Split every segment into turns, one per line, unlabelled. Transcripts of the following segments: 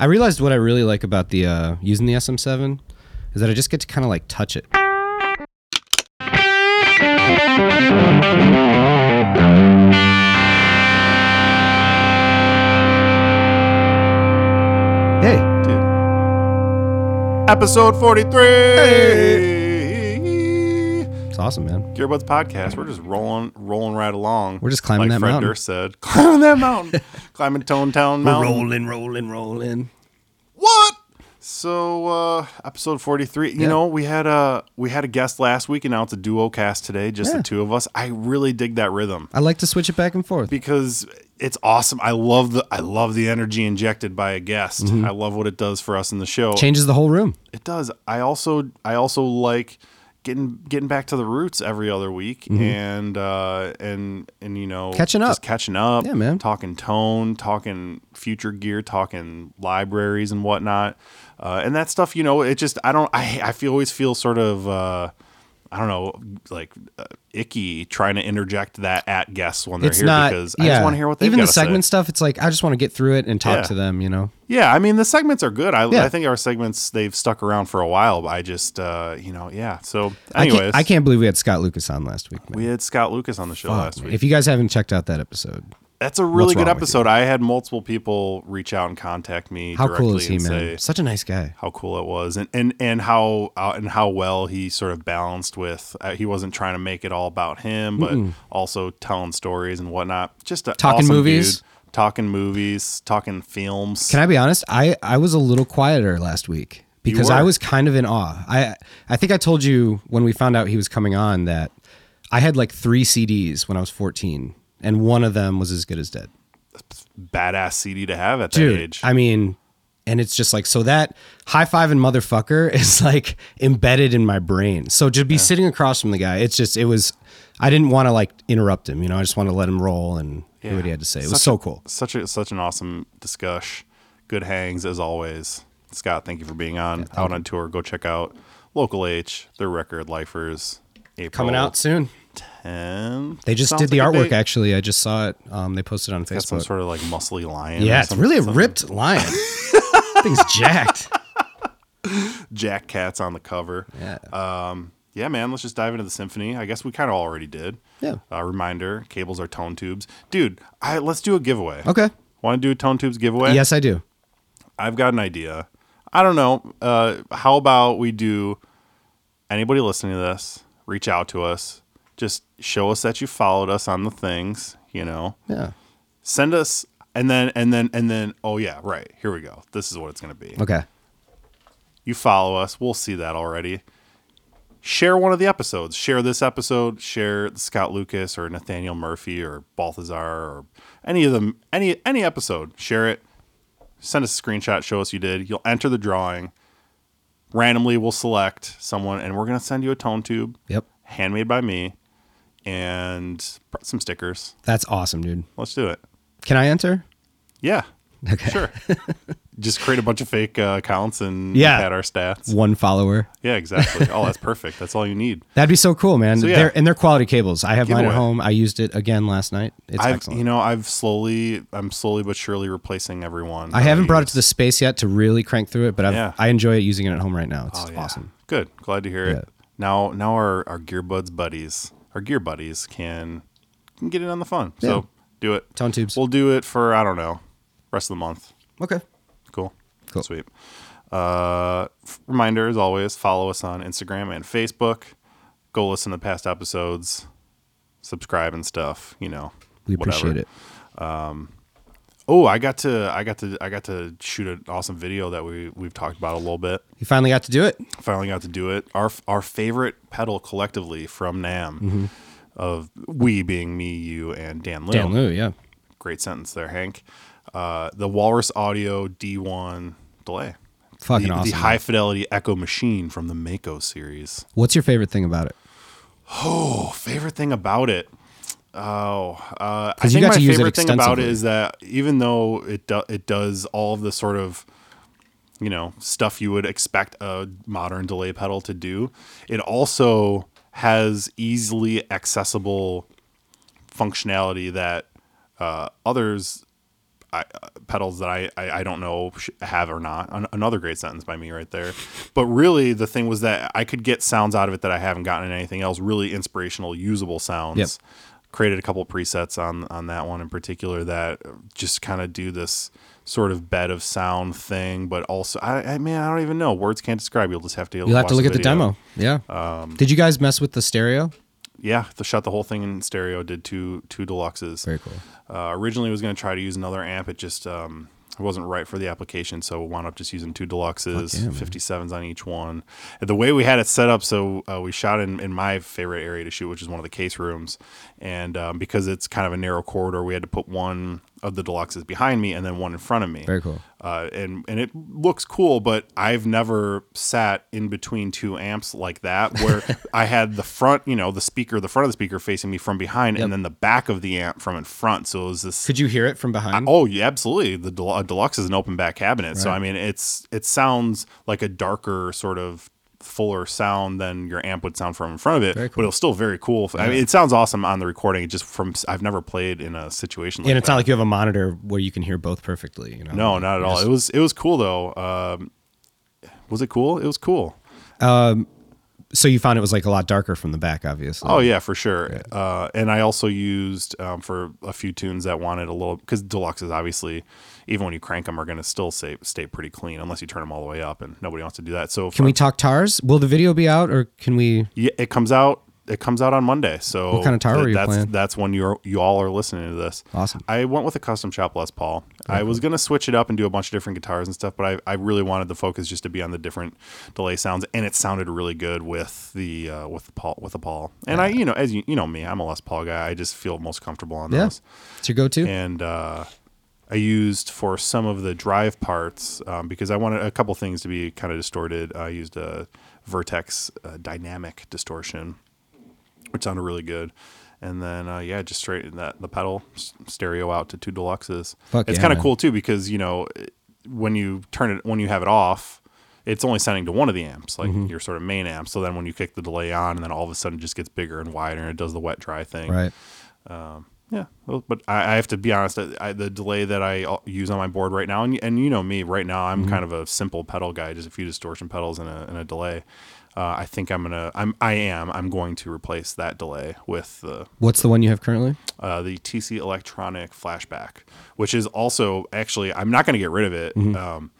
I realized what I really like about the uh, using the SM7 is that I just get to kind of like touch it. Hey,
Episode 43!
it's awesome, man.
Gearbuds Podcast. We're just rolling rolling right along.
We're just climbing
like
that
Fred
mountain.
Durst said. Climbing that mountain. climbing Tone Town Mountain.
rolling, rolling, rolling.
What? So uh episode 43. You
Yeah.
know, we had a we had a guest last week and now it's a duo cast today, just
Yeah.
the two of us. I really dig that rhythm
I like to switch it back and forth.
because it's awesome. I love the I love the energy injected by a guest.
Mm-hmm.
I love what it does for us in the show.
Changes the whole room.
It does. I also I also like getting getting back to the roots every other week and uh and and you know
Mm-hmm. Catching
just
up.
catching up
Yeah, man.
talking tone talking future gear talking libraries and whatnot uh and that stuff you know it just i don't i i feel, always feel sort of uh I don't know, like uh, icky trying to interject that at guests when they're
It's
here
not.
because
yeah.
I just want to hear what they
Even the
say.
segment stuff. It's like I just want to get through it and talk
Yeah.
to them. You know.
Yeah, I mean the segments are good. I,
Yeah.
I think our segments they've stuck around for a while. But I just uh, you know yeah. So
I can't-
anyways,
I can't, believe we had Scott Lucas on last week. Man.
We had Scott Lucas on the show last week.
If you guys haven't checked out that episode,
That's a really
What's
good
wrong with
episode. I had multiple people reach out and contact me.
how
directly
cool is he,
and
man?
Say,
Such a nice guy.
how cool it was and and and how uh, and how well he sort of balanced with uh, he wasn't trying to make it all about him but also telling stories and whatnot just a
Talking
awesome
movies?
dude. talking movies talking films
Can I be honest? I I was a little quieter last week because
were.
I was kind of in awe. I I think I told you when we found out he was coming on that I had like three CDs when I was 14, and one of them was as good as dead.
badass cd to have at that
Dude,
age
I mean, and it's just like so that high five and motherfucker is like embedded in my brain. So to be sitting across from the guy, it's just it was. I didn't want to like interrupt him. You know, I just want to let him roll and hear what he had to say. It was so cool.
such a such an awesome discuss. Good hangs as always. Scott, thank you for being on. out on tour, go check out Local H, their record Lifers. April
Coming out soon.
10.
They just
Oh. Sounds
did the
like a
artwork.
date.
Actually, I just saw it. Um, they posted on
Got
Facebook.
some sort of like muscly lion. or
yeah, it's
some-
really a
some
ripped lion. Thing's jacked.
Jack Cat's on the cover. Um,
Yeah.
Yeah, man, let's just dive into the symphony. I guess we kind of already did.
Yeah.
Uh, reminder: cables are tone tubes, dude. I let's do a giveaway.
okay.
Want to do a tone tubes giveaway?
Yes, I do.
I've got an idea. I don't know. Uh, how about we do? Anybody listening to this, reach out to us. Just show us that you followed us on the things. You know,
Yeah.
send us, and then and then and then. Oh yeah, right. Here we go. This is what it's gonna be.
Okay.
You follow us. We'll see that already. Share one of the episodes. Share this episode. Share Scott Lucas or Nathaniel Murphy or Balthazar or any of them. Any any episode. Share it. Send us a screenshot. Show us you did. You'll enter the drawing. Randomly, we'll select someone, and we're gonna send you a tone tube,
Yep.
handmade by me, and pr- some stickers.
That's awesome, dude.
Let's do it.
Can I enter?
Yeah,
Okay.
sure. Just create a bunch of fake uh, accounts and
Yeah.
pad our stats.
One follower.
Yeah, exactly. Oh, that's perfect. That's all you need.
That'd be so cool, man.
yeah.
They're, and they're quality cables. I have mine
Giveaway.
at home. I used it again last night. It's
I've,
excellent.
you know, I've slowly, I'm slowly but surely replacing everyone.
I haven't brought it to the space yet to really crank through it, but I've,
Yeah.
I enjoy it using it at home right now. It's
Oh, yeah.
awesome.
Good, glad to hear it.
Yeah.
Now, now our our Gearbuds buddies, our Gear Buddies can can get in on the fun.
Yeah.
So do it.
Tone tubes.
We'll do it for I don't know, rest of the month.
Okay.
Cool.
Cool.
Sweet. Uh, f- reminder as always, follow us on Instagram and Facebook. Go listen to past episodes, subscribe and stuff. You know,
We appreciate
whatever.
it.
Oh, I got to I got to I got to shoot an awesome video that we we've talked about a little bit.
You finally got to do it.
Finally got to do it. Our our favorite pedal collectively from Nam
Mm-hmm.
of we being me, you and Dan Liu.
Dan Lou, yeah.
Great sentence there, Hank. Uh, the Walrus Audio D1 delay.
Fucking
the,
awesome.
the high fidelity echo machine from the Mako series.
What's your favorite thing about it?
Oh, favorite thing about it. Oh, uh, I
'Cause you
think
got
my
to use it
favorite thing about
extensively.
it is that even though it do, it does all of the sort of you know stuff you would expect a modern delay pedal to do, it also has easily accessible functionality that uh, others I, uh, pedals that I, I, I don't know sh- have or not. An- another great sentence by me right there. But really, the thing was that I could get sounds out of it that I haven't gotten in anything else. Really inspirational, usable sounds.
Yep.
Created a couple presets on on that one in particular that just kind of do this sort of bed of sound thing, but also I, I man, I don't even know. Words can't describe. You'll just have to.
You'll have to look at the demo. Yeah.
um,
Did you guys mess with the stereo?
Yeah, the shut the whole thing in stereo. Did two two deluxes.
Very cool.
Uh, originally was going to try to use another amp. It just um, it wasn't right for the application, so we wound up just using two deluxes,
yeah, man.
57s on each one. And the way we had it set up, so uh, we shot in, in my favorite area to shoot, which is one of the case rooms. And um, because it's kind of a narrow corridor, we had to put one of the deluxes behind me and then one in front of me.
Very cool.
Uh, and and it looks cool, but I've never sat in between two amps like that, where I had the front, you know, the speaker, the front of the speaker facing me from behind,
Yep.
and then the back of the amp from in front. So it was this
Could you hear it from behind?
Oh, yeah, absolutely. The Del- uh, deluxe is an open back cabinet, so I mean, it's it sounds like a darker sort of fuller sound than your amp would sound from in front of it, but it was still very cool. I mean, it sounds awesome on the recording. It just from I've never played in a situation like
and it's
that.
not like you have a monitor where you can hear both perfectly. You know?
no, not at all. It was it was cool though. Um, was it cool? It was cool.
So you found it was like a lot darker from the back, obviously.
Oh yeah, for sure. Uh, and I also used um, for a few tunes that wanted a little because deluxes obviously, even when you crank them, are going to still stay stay pretty clean unless you turn them all the way up, and nobody wants to do that. So
Can we talk tars? Will the video be out, or can we?
Yeah, it comes out. It comes out on Monday. So
What kind of tower are you
that's,
playing?
That's when you you all are listening to this.
Awesome.
I went with a custom shop Les Paul. I was gonna switch it up and do a bunch of different guitars and stuff, but I, I really wanted the focus just to be on the different delay sounds, and it sounded really good with the uh, with the Paul with the Paul. And I you know as you you know me, I'm a Les Paul guy. I just feel most comfortable on
Yeah,
those
it's your go-to.
and uh, I used for some of the drive parts um, because I wanted a couple things to be kind of distorted. I used a Vertex uh, dynamic distortion, which sounded really good. And then uh, yeah, just straightened that the pedal s- stereo out to two deluxes.
Fuck
it's
yeah,
kind of
man.
cool too because you know it- when you turn it when you have it off. It's only sounding to one of the amps, like
Mm-hmm.
your sort of main amp. So then when you kick the delay on, and then all of a sudden it just gets bigger and wider, and it does the wet dry thing.
Right.
Yeah, well, but I, I have to be honest. I, I, the delay that I uh, use on my board right now, and, and you know me, right now I'm kind of a simple pedal guy, just a few distortion pedals and a, and a delay. Uh, I think I'm gonna, I'm, I am, I'm going to replace that delay with the
What's the one you have currently?
uh, the TC Electronic Flashback, which is also actually I'm not going to get rid of it. Um,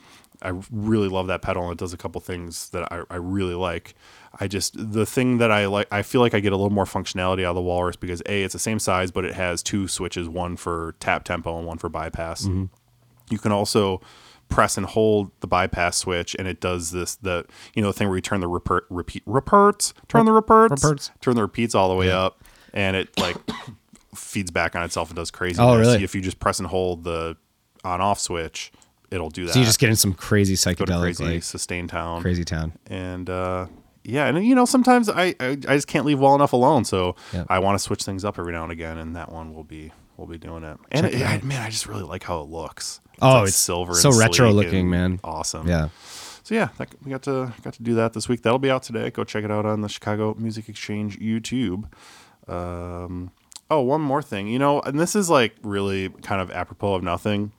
I really love that pedal, and it does a couple things that I, I really like. I just the thing that I like, I feel like I get a little more functionality out of the Walrus because a it's the same size, but it has two switches, one for tap tempo and one for bypass. You can also press and hold the bypass switch, and it does this the you know the thing where you turn the repeat repeat repeats, turn the repeats,
Repeats.
turn the repeats all the way up, and it like feeds back on itself and does crazy.
Oh, really?
If you just press and hold the on off switch, it'll do that.
So you just get in some crazy
Uh, go to
psychedelic,
crazy
like
sustain town,
crazy town.
and uh, yeah, and you know sometimes I, I I just can't leave well enough alone, so
Yeah.
I want to switch things up every now and again, and that one will be will be doing it. And it, I, man, I just really like how it looks.
Oh,
like
it's
silver,
so
and
retro
sleek
looking,
and
man.
Awesome.
Yeah.
So yeah, that, we got to got to do that this week. That'll be out today. Go check it out on the Chicago Music Exchange YouTube. Um, oh, one more thing. You know, and this is like really kind of apropos of nothing,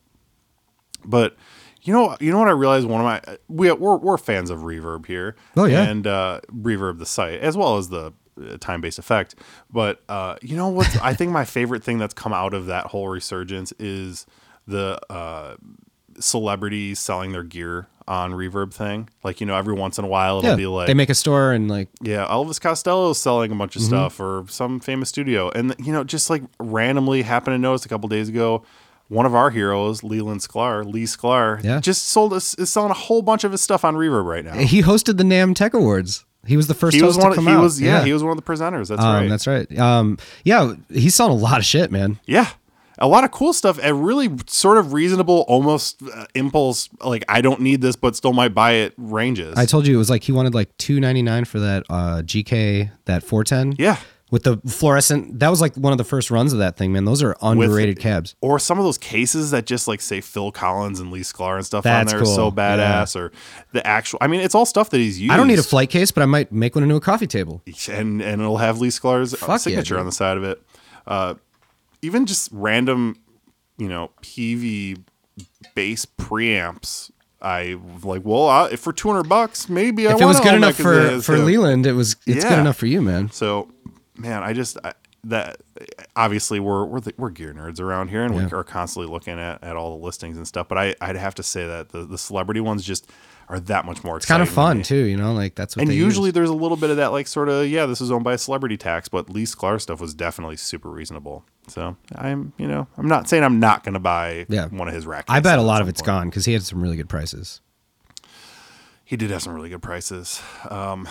but you know, you know what I realized. One of my we we're, we're fans of Reverb here.
Oh, yeah.
and uh, Reverb the site as well as the time based effect. But uh, you know what? I think my favorite thing that's come out of that whole resurgence is the uh, celebrities selling their gear on Reverb thing. Like you know, every once in a while it'll
Yeah.
be like
they make a store and like
yeah, Elvis Costello's selling a
Mm-hmm.
bunch of stuff or some famous studio. And, you know, just like randomly happened to notice a couple days ago, one of our heroes, Leland Sklar, Lee Sklar,
Yeah.
just sold us is selling a whole bunch of his stuff on Reverb right now.
he hosted the Nam Tech Awards. He was the first
He was
host
one
to
of,
come
he
out.
was yeah, he was one of the presenters. That's
Um,
right.
That's right. Um, yeah, he's selling a lot of shit, man.
Yeah. A lot of cool stuff and really sort of reasonable, almost uh, impulse, like I don't need this, but still might buy it ranges.
I told you it was like he wanted like two ninety nine for that uh, GK that four ten.
yeah.
With the fluorescent, that was like one of the first runs of that thing, man. Those are underrated cabs.
or some of those cases that just like say Phil Collins and Lee Sklar and stuff
That's
on there are so
cool. Yeah.
badass or the actual I mean it's all stuff that he's used.
I don't need a flight case, but I might make one into a coffee table.
and and it'll have Lee Sklar's uh,
Fuck yeah,
signature
dude.
on the side of it. Uh, even just random, you know, PV bass preamps. I like well I, if for two hundred bucks maybe I
if it was
wanna
good
own that
enough
'cause
for
it is
for
a-
Leland, it was it's
Yeah.
good enough for you, man.
So, man, I just I, that obviously we're we're the, we're gear nerds around here, and we are constantly looking at, at all the listings and stuff. But I I'd have to say that the, the celebrity ones just are that much more.
It's kind of fun too, you know. Like that's what
And
they
usually
use.
there's a little bit of that, like sort of yeah, this is owned by a celebrity tax, but Lee Sklar stuff was definitely super reasonable. So I'm you know I'm not saying I'm not gonna buy
Yeah.
one of his racks.
I bet a lot
at
of
some
it's
point.
gone because he had some really good prices.
He did have some really good prices. Um,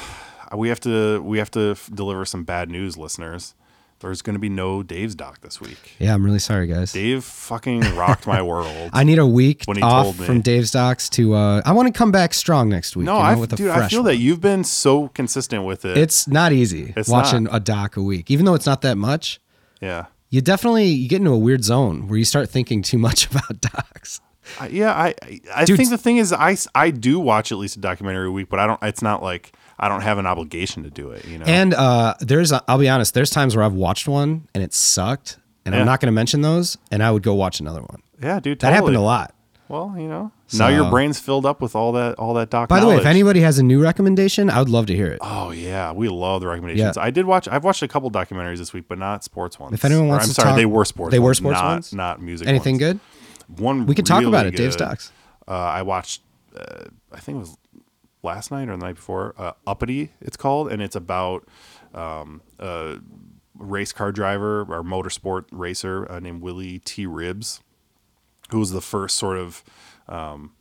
we have to we have to f- deliver some bad news, listeners. There's going to be no Dave's doc this week.
Yeah, I'm really sorry, guys.
Dave fucking rocked my world.
I need a week
When he
off
told me.
from Dave's docs to. Uh, I want to come back strong next week.
no,
you know,
I
with a
dude,
fresh
I feel
one.
that you've been so consistent with it.
it's not easy
It's
watching a doc a week, even though it's not that much.
yeah,
You definitely you get into a weird zone where you start thinking too much about docs.
I, yeah. I I, I
Dude,
think the thing is, I s- I do watch at least a documentary a week, but I don't. It's not like I don't have an obligation to do it. You know.
And uh, there's, I'll be honest, there's times where I've watched one and it sucked, and
Yeah.
I'm not going to mention those, and I would go watch another one.
yeah, dude.
That happened a
totally.
lot.
Well, you know, now your
So-
brain's filled up with all that all that doc.
By the way, if
knowledge.
anybody has a new recommendation, I would love to hear it.
Oh yeah, we love the recommendations.
Yeah.
I did watch. I've watched a couple documentaries this week, but not sports ones.
If anyone
Or,
wants
I'm
to
sorry,
talk-
they were sports.
they were
ones,
sports
not,
ones?
not music.
Anything
ones.
good?
One.
We could talk
really
about it, Dave's
good-
Docs.
Uh, I watched. Uh, I think it was last night or the night before. Uh, Uppity, it's called, and it's about um, a race car driver or motorsport racer uh, named Willie T. Ribs, who was the first sort of. Um,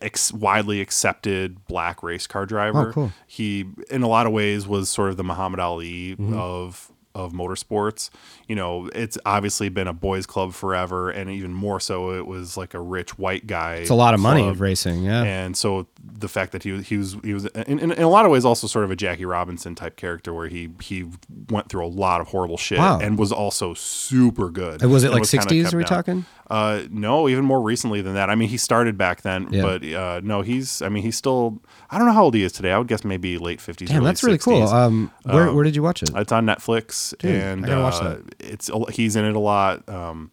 ex- widely accepted black race car driver.
Oh, cool.
He, in a lot of ways, was sort of the Muhammad Ali
Mm-hmm.
of of motorsports. You know, it's obviously been a boys' club forever, and even more so, it was like a rich white guy.
It's a lot of money of
club.
racing. Yeah.
And so the fact that he was he was he was in, in, in a lot of ways also sort of a Jackie Robinson type character where he he went through a lot of horrible shit
Wow.
and was also super good.
And was it
And
like
kinda
60s
kept
are we
down.
talking?
Uh, no, even more recently than that. I mean, he started back then,
Yeah.
but uh, no, he's I mean he's still I don't know how old he is today. I would guess maybe late fifties.
Damn, that's really cool. Um, where, where did you watch it?
It's on Netflix, and
I gotta watch
uh,
that.
it's a- he's in it a lot. Um,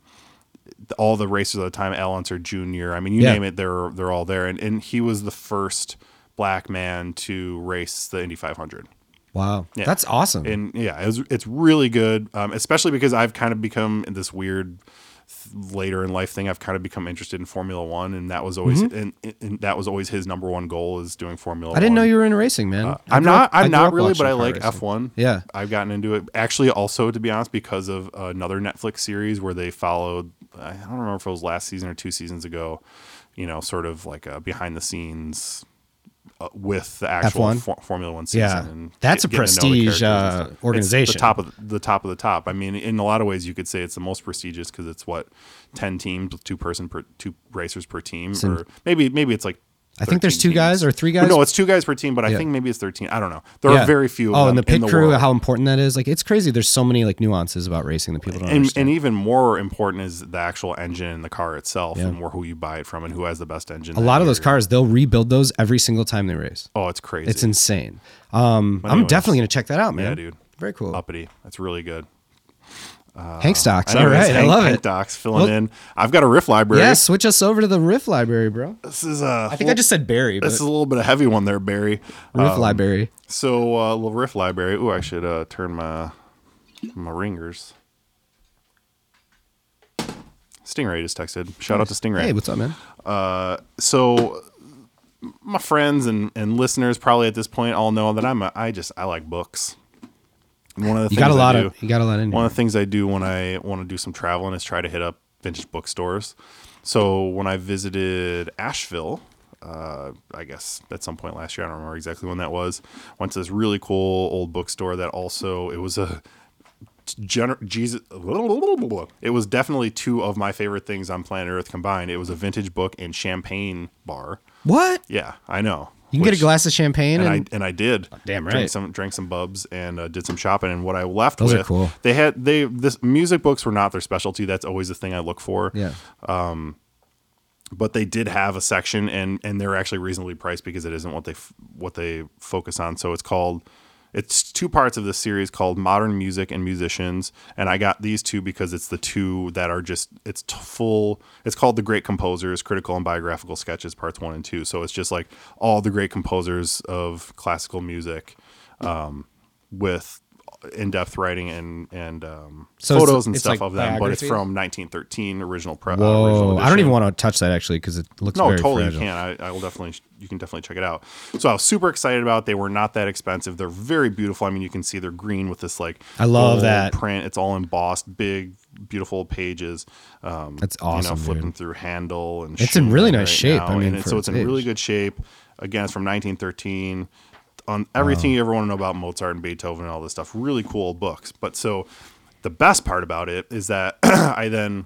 th- all the racers at the time, Al Unser Jr. I mean, you
Yeah.
name it, they're they're all there, and and he was the first black man to race the Indy 500.
wow. That's awesome.
And yeah, it's it's really good, um, especially because I've kind of become this weird th- later in life thing. I've kind of become interested in Formula One, and that was always and, and that was always his number one goal is doing Formula.
Mm-hmm. I didn't know
One. Uh,
you were in racing, man. I
I'm
grew
not.
up- I
I'm
grew
not
up
really,
watching
but I
car
like
racing.
F1.
Yeah.
I've gotten into it. Actually, also to be honest, because of another Netflix series where they followed. I don't remember if it was last season or two seasons ago. You know, sort of like a behind the scenes uh, with the actual
F1?
for- Formula One season.
Yeah.
and
That's a
getting to know the
prestige,
characters
uh,
and stuff. It's
organization.
the top of the top of the top. I mean, in a lot of ways, you could say it's the most prestigious because it's what ten teams with two person per two racers per team, or maybe maybe it's like.
I think there's
13
two guys
teams.
or three
Well,
guys.
No, it's two guys per team, but I
Yeah.
think maybe it's thirteen. I don't know. There
Yeah.
are very few. Of
oh,
them
and the pit
in the
crew,
world.
how important that is. Like it's crazy. There's so many like nuances about racing that people don't
and,
understand.
and even more important is the actual engine and the car itself, and where who you buy it from, and who has the best engine.
A lot of those cars, they'll rebuild those every single time they race.
Oh, it's crazy.
It's insane. Um, I'm
anyways.
definitely gonna check that out, man.
yeah, dude.
Very cool.
Uppity. That's really good.
Hank Stocks. All
Anyways,
right, I
Uh, Hank-
love
Hank
it.
Docs filling
Well-
in. I've got a riff library.
Yeah, switch us over to the Riff Library, bro.
This is a.
I think I just said Barry, but
This is um, a little bit of heavy one there, Barry.
Riff Library.
So uh, little riff library. Ooh, I should uh, turn my my ringers. Stingray just texted. Shout out to Stingray.
Hey, what's up, man?
Uh, so my friends and, and listeners probably at this point all know that I'm a, I just I like books. And one of the
You
things
got a
I
lot
do,
of you got a lot in
one
here.
of the things I do when I want to do some traveling is try to hit up vintage bookstores. So when I visited Asheville, uh, I guess at some point last year, I don't remember exactly when that was. Went to this really cool old bookstore that also it was a gener- Jesus. It was definitely two of my favorite things on planet Earth combined. It was a vintage book and champagne bar.
What?
Yeah, I know.
You can get
Which-
a glass of champagne
and
and, Oh,
I and I did.
Damn
Drank
right.
some drank some bubs and uh, did some shopping. And what I left
Those are
with,
cool.
they had they this music books were not their specialty. That's always the thing I look for.
yeah.
But they did have a section, and and they're actually reasonably priced because it isn't what they f- what they focus on. So it's called. It's two parts of this series called Modern Music and Musicians, and I got these two because it's the two that are just it's t- full. It's called The Great Composers: Critical and Biographical Sketches, Parts One and Two. So it's just like all the great composers of classical music, um, with in-depth writing and and um,
So it's-
photos and
it's
stuff
like
of them. But it's
biographies?
from 1913 original. Pre- uh,
Whoa,
original
I don't
edition.
even want to touch that actually because it looks
No,
very
totally
fragile.
you can. I, I will definitely. You can definitely check it out. So I was super excited about. it. They were not that expensive. They're very beautiful. I mean, you can see they're green with this like.
I love
gold
that.
print. It's all embossed, big, beautiful pages. Um,
That's
You know,
awesome,
flipping
dude.
through handle and
It's in really
Schumann
nice shape, I
now,
mean,
and it-
for
so
its
it's in really
age.
good shape. Again, it's from 1913. On everything you ever want to know about Mozart and Beethoven and all this stuff. Really cool books. But so, the best part about it is that I then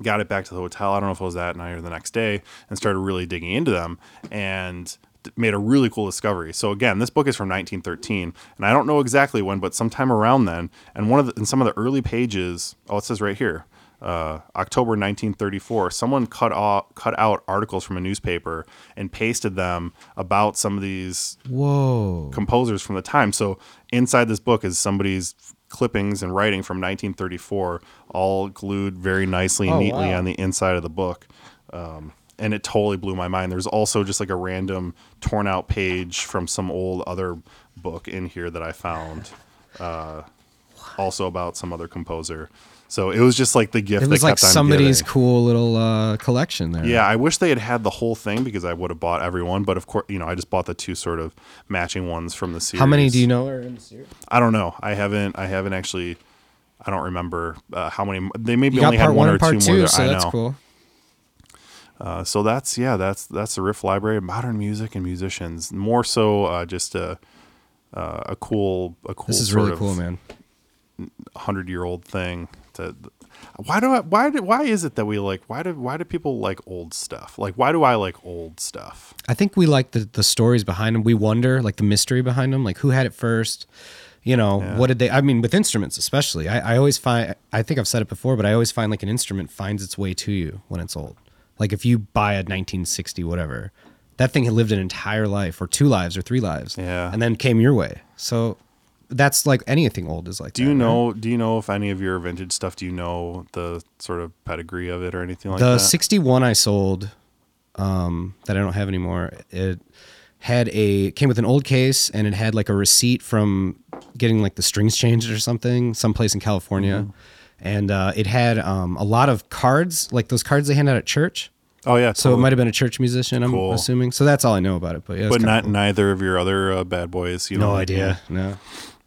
got it back to the hotel. I don't know if it was that night or the next day, and started really digging into them and th- made a really cool discovery. So again, this book is from 1913, and I don't know exactly when, but sometime around then. And one of the, in some of the early pages, oh, it says right here, uh, October 1934, someone cut off cut out articles from a newspaper and pasted them about some of these
Whoa.
composers from the time. So inside this book is somebody's clippings and writing from 1934, all glued very nicely and
Oh,
neatly
wow.
on the inside of the book. Um, and it totally blew my mind. There's also just like a random torn out page from some old other book in here that I found, uh, also about some other composer. So it was just like the gift.
It was
that
like
kept on
somebody's
giving.
cool little uh, collection there.
Yeah, I wish they had had the whole thing because I would have bought everyone. But of course, you know, I just bought the two sort of matching ones from the series.
How many do you know are in the series?
I don't know. I haven't. I haven't actually. I don't remember uh, how many. They maybe
You
only
got
had
part
one,
one
or
and
two
part
more.
two,
that
so
I
that's
know.
cool.
Uh, so that's yeah. That's that's the Riff Library, modern music and musicians. More so, uh, just a uh, a cool a cool.
This is
sort
really
of
cool, man.
hundred year old thing. To, why do I? Why do, Why is it that we like? Why do Why do people like old stuff? Like why do I like old stuff?
I think we like the, the stories behind them. We wonder, like the mystery behind them, like who had it first. You know, what did they? I mean, with instruments especially, I, I always find. I think I've said it before, but I always find like an instrument finds its way to you when it's old. Like if you buy a 1960 whatever, that thing had lived an entire life, or two lives, or three lives,
Yeah.
and then came your way. So that's like anything old is like.
Do you know? Do you know if any of your vintage stuff? Do you know the sort of pedigree of it or anything like
the
that?
61 I sold um, that I don't have anymore. It had a came with an old case and it had like a receipt from getting like the strings changed or something someplace in
Mm-hmm.
California, and uh, it had um, a lot of cards like those cards they hand out at church.
oh yeah.
So it
totally.
might have been a church musician. I'm
Cool.
assuming. So that's all I know about it. But yeah, it's
but
kinda
not
cool.
neither of your other uh, bad boys. You
no
know,
idea. No.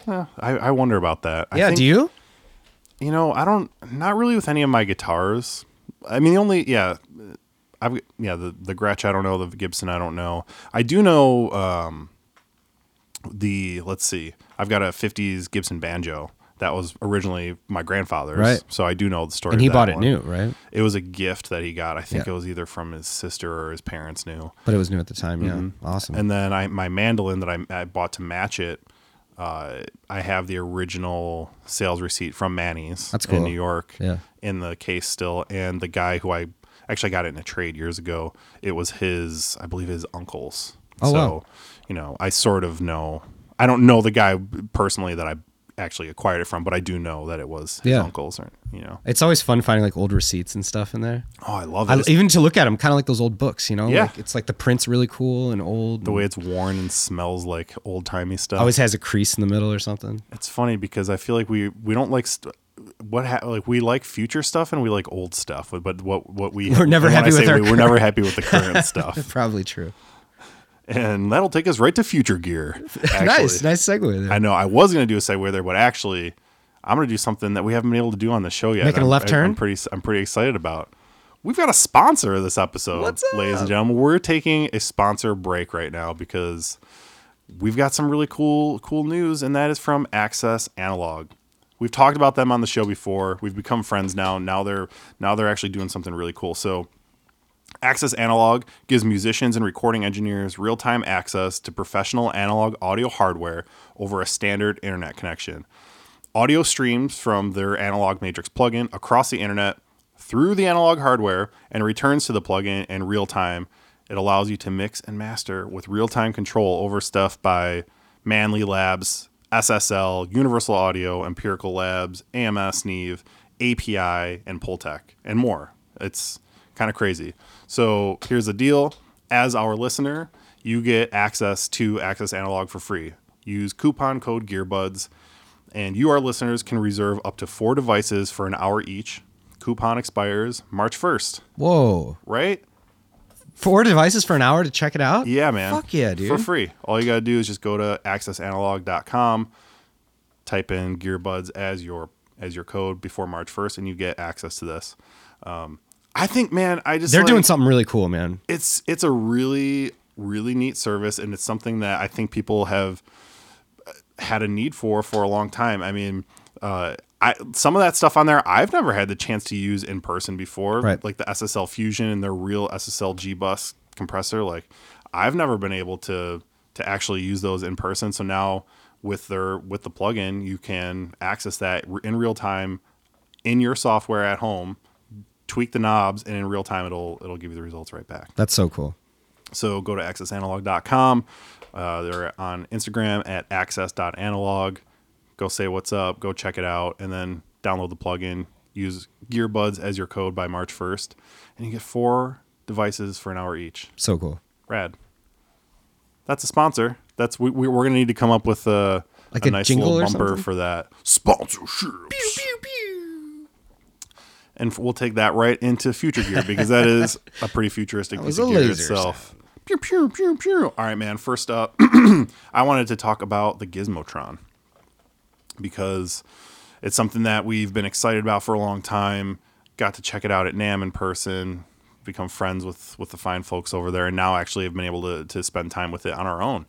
Yeah, I, I wonder about that. I
yeah.
think,
do you?
You know, I don't. Not really with any of my guitars. I mean, the only yeah, I've yeah the the Gretsch I don't know the Gibson I don't know. I do know um, the let's see. I've got a '50s Gibson banjo that was originally my grandfather's.
Right.
So I do know the story.
And
of
he
that
bought it
one.
new, right?
It was a gift that he got. I think
Yeah.
it was either from his sister or his parents knew.
But it was new at the time. Yeah. Awesome.
Mm-hmm. And then I my mandolin that I, I bought to match it. Uh, I have the original sales receipt from Manny's
That's
in
cool.
New York
Yeah.
in the case still. And the guy who I actually got it in a trade years ago, it was his, I believe his uncle's.
Oh,
so,
wow.
you know, I sort of know, I don't know the guy personally that I actually acquired it from, but I do know that it was his
Yeah.
uncle's or, you know,
it's always fun finding like old receipts and stuff in there.
oh, I love
I,
it.
even to look at them, kind of like those old books, you know.
Yeah.
Like, it's like the print's really cool and old.
the
and
way it's worn and smells like old timey stuff.
always has a crease in the middle or something.
It's funny because I feel like we we don't like st- what ha- like we like future stuff and we like old stuff, but- but what what we
We're never
and when
happy
I
with
say
our
we, we're never happy with the current stuff,
Probably true.
and that'll take us right to future gear. Actually.
nice, nice segue there.
I know I was gonna do a segue there, but actually, I'm gonna do something that we haven't been able to do on the show yet.
Making a
I'm-
left
I- I'm
turn?
pretty I'm pretty excited about. We've got a sponsor of this episode,
What's
ladies and gentlemen. We're taking a sponsor break right now because we've got some really cool cool news and that is from access analog we've talked about them on the show before we've become friends now now they're now they're actually doing something really cool so Access Analog gives musicians and recording engineers real time access to professional analog audio hardware over a standard internet connection. Audio streams from their Analog Matrix plugin across the internet through the analog hardware and returns to the plugin in real time. It allows you to mix and master with real time control over stuff by Manly Labs, SSL, Universal Audio, Empirical Labs, AMS, Neve, API, and Poltech, and more. It's kind of crazy. So here's the deal: as our listener, you get access to Access Analog for free. Use coupon code Gearbuds and you, our listeners, can reserve up to four devices for an hour each. Coupon expires March 1st,
Whoa.
right?
Four devices for an hour to check it out?
Yeah, man.
Fuck yeah, dude.
For free. All you got to do is just go to accessanalog.com, type in Gearbuds as your as your code before March 1st, and you get access to this. Um, I think, man, I just
They're
like-
doing something really cool, man.
it's it's a really really neat service and it's something that i think people have uh, had a need for for a long time i mean uh I, some of that stuff on there I've never had the chance to use in person before,
Right.
like the SSL Fusion and their real SSL G bus compressor. Like I've never been able to to actually use those in person. So now with their with the plugin, you can access that in real time in your software at home, tweak the knobs, and in real time it'll it'll give you the results right back.
That's so cool.
So go to accessanalog.com. Uh, they're on Instagram at access.analog. Go say what's up. Go check it out, and then download the plugin. Use Gearbuds as your code by March 1st, and you get four devices for an hour each.
So cool.
Rad. That's a sponsor. That's we, we we're gonna need to come up with a
Like
a,
a
nice
jingle
little
or
bumper
something?
for that sponsorship. And f- we'll take that right into future gear because that is a pretty futuristic piece
was
of
a
gear
laser
itself. Pew pew pew pew. All right, man. First up, I wanted to talk about the Gizmotron because it's something that we've been excited about for a long time. Got to check it out at NAM in person, become friends with with the fine folks over there, and now actually have been able to to spend time with it on our own.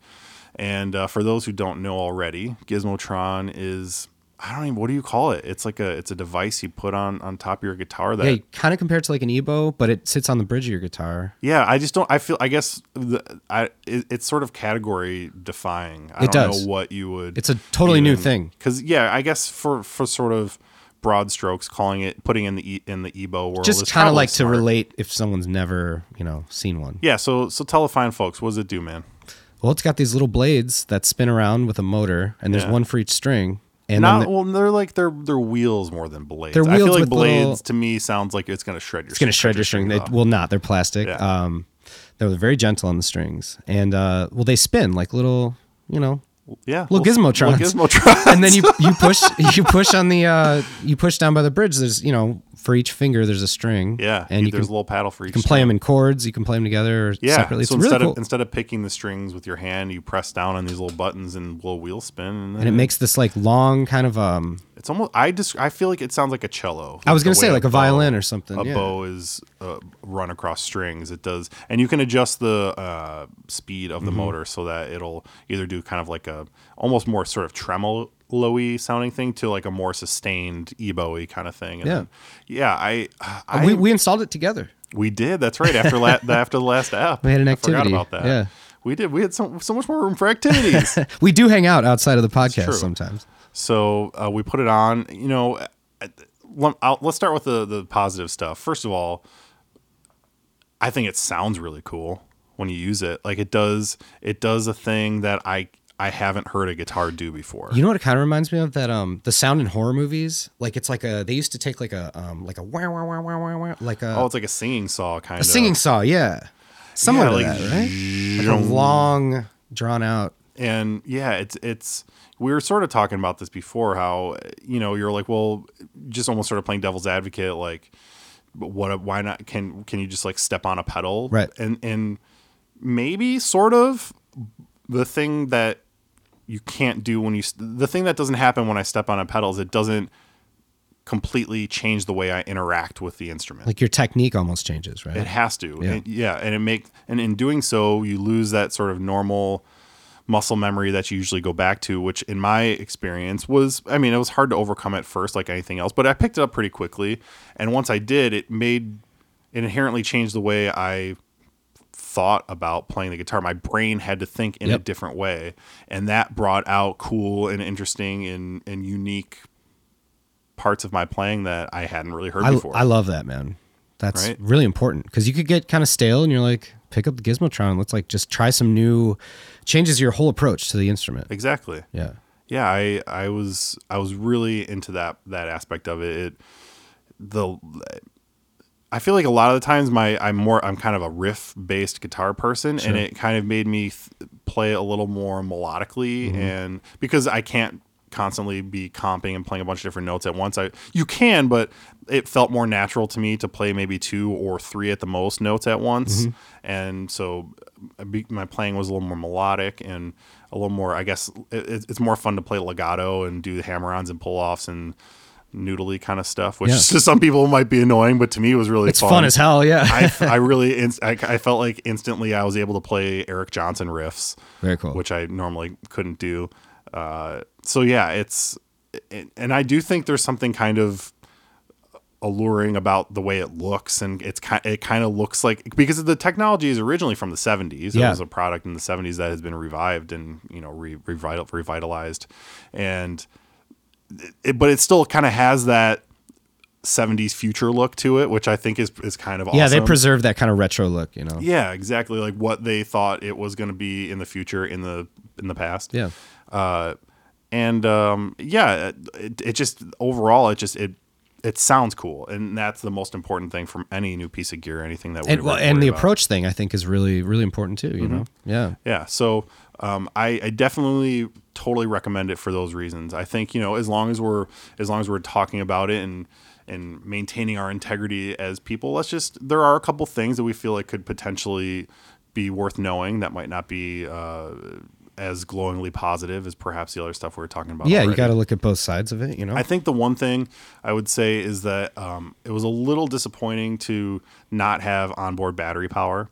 And uh, for those who don't know already, Gizmotron is I don't even what do you call it? It's like a it's a device you put on on top of your guitar that
Yeah, kind of compared to like an Ebo, but it sits on the bridge of your guitar.
yeah, I just don't. I feel. I guess the, I it, it's sort of category defying. I
It
don't
does.
know what you would.
It's a totally new thing.
Because yeah, I guess for for sort of broad strokes, calling it putting in the E- in the Ebo world,
Just
is
kind of
probably
like
smart.
to relate if someone's never, you know, seen one.
Yeah. So so tell the fine folks, what does it do, man?
Well, it's got these little blades that spin around with a motor, and there's
Yeah.
one for each string. And
Not
then the-
well. They're like they're they're wheels more than blades.
They're
I feel
wheels
like
with
blades
little-
to me sounds like it's gonna shred your.
it's going to shred your string. They
off.
will not. They're plastic.
Oh. Yeah.
Um, they're very gentle on the strings, and uh, well, they spin like little, you know.
yeah.
little Gizmotrons.
Little Gizmotrons.
And then you you push you push on the uh, you push down by the bridge. There's you know for each finger there's a string.
yeah.
and you can,
there's a
you
little paddle for each.
can play them in chords. You can play them together or
Yeah.
separately. It's
So
really
instead
cool.
of instead of picking the strings with your hand, you press down on these little buttons and little wheel spin, and,
and it makes this like long kind of um.
it's almost. I just I feel like it sounds like a cello.
I was
the
gonna say
way
like a
bow-
violin or something.
A
yeah.
bow is uh, run across strings. It does, and you can adjust the uh, speed of the
Mm-hmm.
motor so that it'll either do kind of like a almost more sort of tremolo y sounding thing to like a more sustained ebow y kind of thing. And
Yeah. Uh,
then- yeah. I, I
we we installed it together.
we did. That's right. After la- the- after the last app,
We had an
I forgot
activity,
about that.
yeah.
we did. We had so so much more room for activities.
We do hang out outside of the podcast
true.
sometimes.
so uh, we put it on. You know, uh, let- I'll- let's start with the the positive stuff. First of all, I think it sounds really cool when you use it. Like it does. It does a thing that I I haven't heard a guitar do before.
You know what it kind of reminds me of that um the sound in horror movies like it's like a they used to take like a um like a wow wow wow wow wow wow like a,
oh, it's like a singing saw kind
a
of
singing saw yeah similar
like
to that right like a long drawn out
and yeah it's it's we were sort of talking about this before how you know you're like well just almost sort of playing devil's advocate like but what why not can can you just like step on a pedal
Right.
and and maybe sort of the thing that you can't do when you s- the thing that doesn't happen when i step on a pedal is it doesn't completely change the way i interact with the instrument
like your technique almost changes right
it has to.
Yeah.
And, yeah. And it make and in doing so, you lose that sort of normal muscle memory that you usually go back to, which in my experience was I mean, it was hard to overcome at first like anything else, but I picked it up pretty quickly. And once I did, it made it inherently changed the way I thought about playing the guitar. My brain had to think in a
Yep.
different way. And that brought out cool and interesting and, and unique parts of my playing that I hadn't really heard
I
before.
I love that man that's
Right?
really important because you could get kind of stale and you're like pick up the Gizmotron. Let's like just try some new changes your whole approach to the instrument.
Exactly.
Yeah.
yeah i i was i was really into that that aspect of it it the i feel like a lot of the times my i'm more i'm kind of a riff based guitar person and it kind of made me th- play a little more melodically and because i can't constantly be comping and playing a bunch of different notes at once i you can but it felt more natural to me to play maybe two or three at the most notes at once and so I be- my playing was a little more melodic and a little more i guess it, it- it's more fun to play legato and do the hammer-ons and pull-offs and noodly kind of stuff which
Yeah.
to some people might be annoying but to me it was really
It's fun as hell. Yeah.
I, f- I really inst- I, I felt like instantly I was able to play Eric Johnson riffs
Very cool.
which I normally couldn't do. Uh, so yeah, it's and- and I do think there's something kind of alluring about the way it looks, and it's kind it kind of looks like because the technology is originally from the 70s. It
Yeah.
was a product in the 70s that has been revived and you know re- revital- revitalized, and it, but it still kind of has that 70s future look to it, which I think is is kind of awesome.
Yeah, they preserve that kind of retro look, you know.
Yeah, exactly. Like what they thought it was going to be in the future, in the in the past.
Yeah.
Uh, and um, yeah, it, it just overall, it just it it sounds cool, and that's the most important thing from any new piece of gear, anything that we
And,
ever
well, and
worry
the
about. Mm-hmm.
approach thing I think is really really important too, you know. Yeah.
Yeah, so um, I, I definitely totally recommend it for those reasons. I think you know as long as we're as long as we're talking about it and and maintaining our integrity as people, let's just there are a couple things that we feel like could potentially be worth knowing that might not be uh, as glowingly positive as perhaps the other stuff we were talking about.
Yeah, you
already.
got to look at both sides of it, you know.
I think the one thing I would say is that um, it was a little disappointing to not have onboard battery power.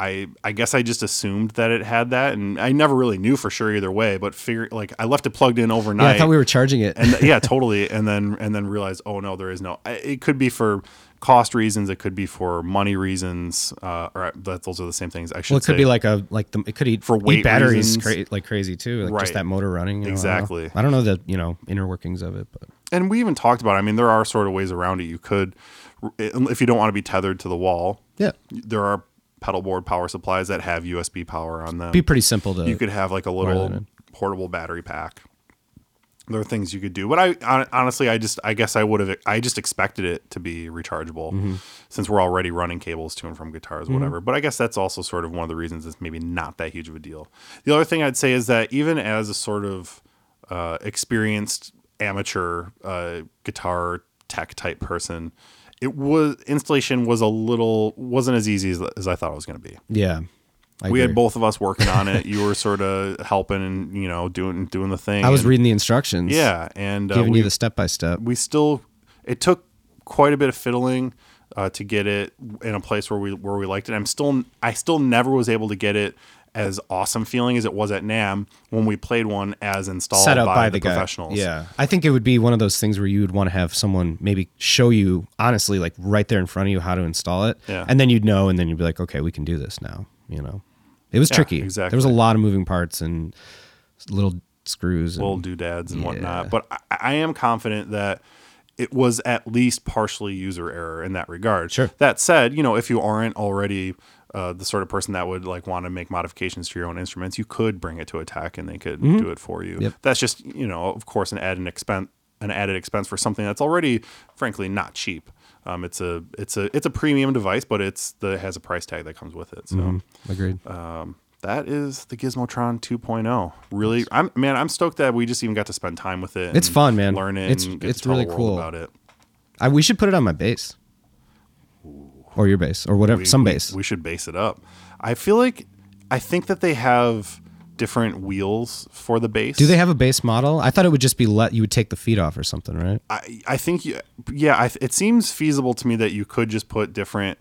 I, I guess I just assumed that it had that, and I never really knew for sure either way. But figure like I left it plugged in
yeah,
overnight.
I thought we were charging it.
and th- yeah, totally. And then and then realized, oh no, there is no. I- It could be for cost reasons. It could be for money reasons. Uh, or I- that those are the same things. I should.
well, it
say.
could be like a like the it could eat
For
eat
weight
batteries
reasons.
cra- like crazy too, like
Right.
just that motor running. you know, I don't know.
Exactly.
I don't know the you know inner workings of it, but
and we even talked about. It. I mean, there are sort of ways around it. You could, if you don't want to be tethered to the wall,
yeah,
there are pedal board power supplies that have USB power on them.
be pretty simple to.
you could have like a
that
little
in.
portable battery pack. There are things you could do, but I hon- honestly, I just, I guess I would have, I just expected it to be rechargeable since we're already running cables to and from guitars, whatever. But I guess that's also sort of one of the reasons it's maybe not that huge of a deal. The other thing I'd say is that even as a sort of uh, experienced amateur uh, guitar tech type person, it was installation was a little wasn't as easy as, as I thought it was going to be
yeah, I
we had
agree.
both of us working on it. You were sort of helping and you know doing doing the thing.
I was
and,
reading the instructions.
yeah, and uh,
giving
we
you the step by step.
we still it took quite a bit of fiddling uh, to get it in a place where we where we liked it. I'm still I still never was able to get it as awesome feeling as it was at Nam when we played one as installed
Set up by,
the,
the, guy.
professionals.
Yeah, I think it would be one of those things where you would want to have someone maybe show you honestly, like right there in front of you, how to install it.
Yeah.
and then you'd know, and then you'd be like, okay, we can do this now. You know, it was tricky.
exactly.
There was a lot of moving parts and little screws. And,
little doodads and whatnot.
Yeah.
But I, I am confident that it was at least partially user error in that regard.
Sure.
That said, you know, if you aren't already uh, the sort of person that would like want to make modifications to your own instruments, you could bring it to a tech and they could do it for you.
Mm-hmm. Yep.
That's just you know, of course, an added expense, an added expense for something that's already, frankly, not cheap. Um, it's a it's a it's a premium device, but it's the it has a price tag that comes with it. So
Mm-hmm. agreed.
uh, that is the Gizmotron 2.0. Really, I'm man, I'm stoked that we just even got to spend time with it.
It's
and
fun, man.
Learn it.
It's-
and get
it's
to tell
really
the world
cool.
about it.
I, we should put it on my bass, or your bass, or whatever,
We-
some
we-
bass.
We, should base it up. I feel like I think that they have different wheels for the base.
do they have a bass model? I thought it would just be let you would take the feet off or something, right?
I, I think you, yeah, I, it seems feasible to me that you could just put different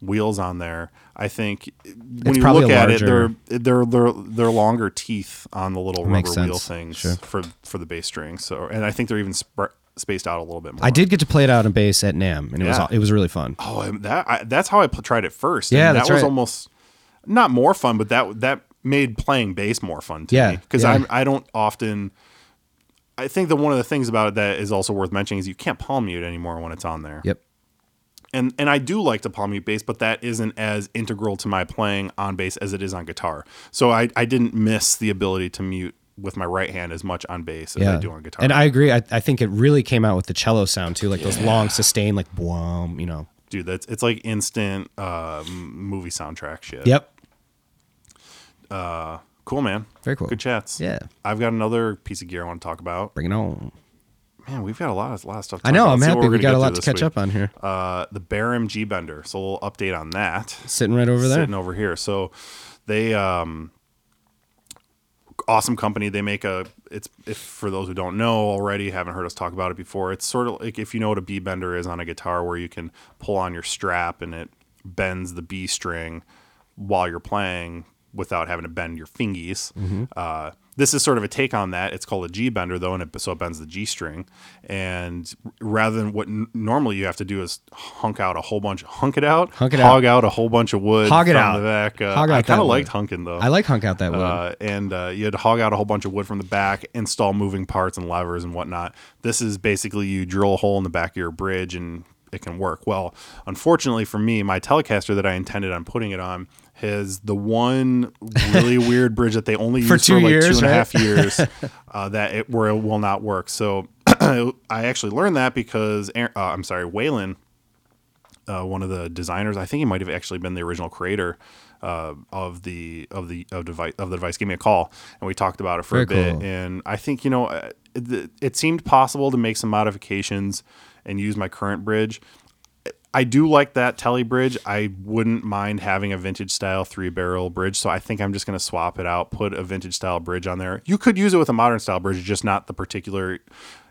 wheels on there. I think when
It's
you
probably
look
a
at it, they're
larger-
they're they're they're longer teeth on the little rubber
Makes
wheel
sense.
things
Sure.
for for the bass string. So, and I think they're even spr spaced out a little bit more.
I did get to play it out on bass at Nam, and it
Yeah.
was it was really fun.
Oh, and that I, that's how I pl- tried it first. and
Yeah,
that
that's
was
right.
almost not more fun, but that that made playing bass more fun to
Yeah,
me because
yeah.
I'm I don't often. I think that one of the things about it that is also worth mentioning is you can't palm mute anymore when it's on there.
Yep.
and and I do like to palm mute bass, but that isn't as integral to my playing on bass as it is on guitar. So I I didn't miss the ability to mute with my right hand as much on bass as I do on guitar.
And I agree. I, I think it really came out with the cello sound too, like those long sustained, like boom, you know.
Dude, that's it's like instant uh, m- movie soundtrack shit.
Yep.
Cool, man.
Very cool.
Good chats.
Yeah.
I've got another piece of gear I want to talk about.
Bring it on.
Man, we've got a lot of, lot of stuff. To
I
talk
know.
about.
I'm
Let's see what
happy
we're
we
gonna
got
get
a
to
lot to
this
catch
week.
up on here.
Uh, the Bear MG Bender. So a little update on that.
Sitting right over there.
Sitting over here. So they um awesome company. They make a it's if for those who don't know already, haven't heard us talk about it before, it's sort of like if you know what a B bender is on a guitar where you can pull on your strap and it bends the B string while you're playing without having to bend your fingies.
Mm-hmm.
Uh this is sort of a take on that. It's called a G bender though, and it, so it bends the G string. And rather than what n- normally you have to do is hunk out a whole bunch, hunk it out,
Hunk it
hog out. a whole bunch of wood,
Hog it
from
out.
the back. Uh,
Hog out
I kind
that
of
wood.
liked hunking though.
I like hunk out that wood.
Uh, and uh, you had to hog out a whole bunch of wood from the back, install moving parts and levers and whatnot. This is basically you drill a hole in the back of your bridge and it can work. Well, unfortunately for me, my Telecaster that I intended on putting it on has the one really weird bridge that they only use
For
for,
two
like
years,
two and a
right?
half years uh, that it where it will not work. So I actually learned that because Aaron- uh, I'm sorry, Waylon uh, one of the designers. I think he might have actually been the original creator uh, of the of the of device of the device. Gave me a call and we talked about it for
Very
a bit.
cool.
And I think you know uh, it, it seemed possible to make some modifications and use my current bridge. I do like that telly bridge. I wouldn't mind having a vintage style three barrel bridge. So I think I'm just going to swap it out, put a vintage style bridge on there. You could use it with a modern style bridge, just not the particular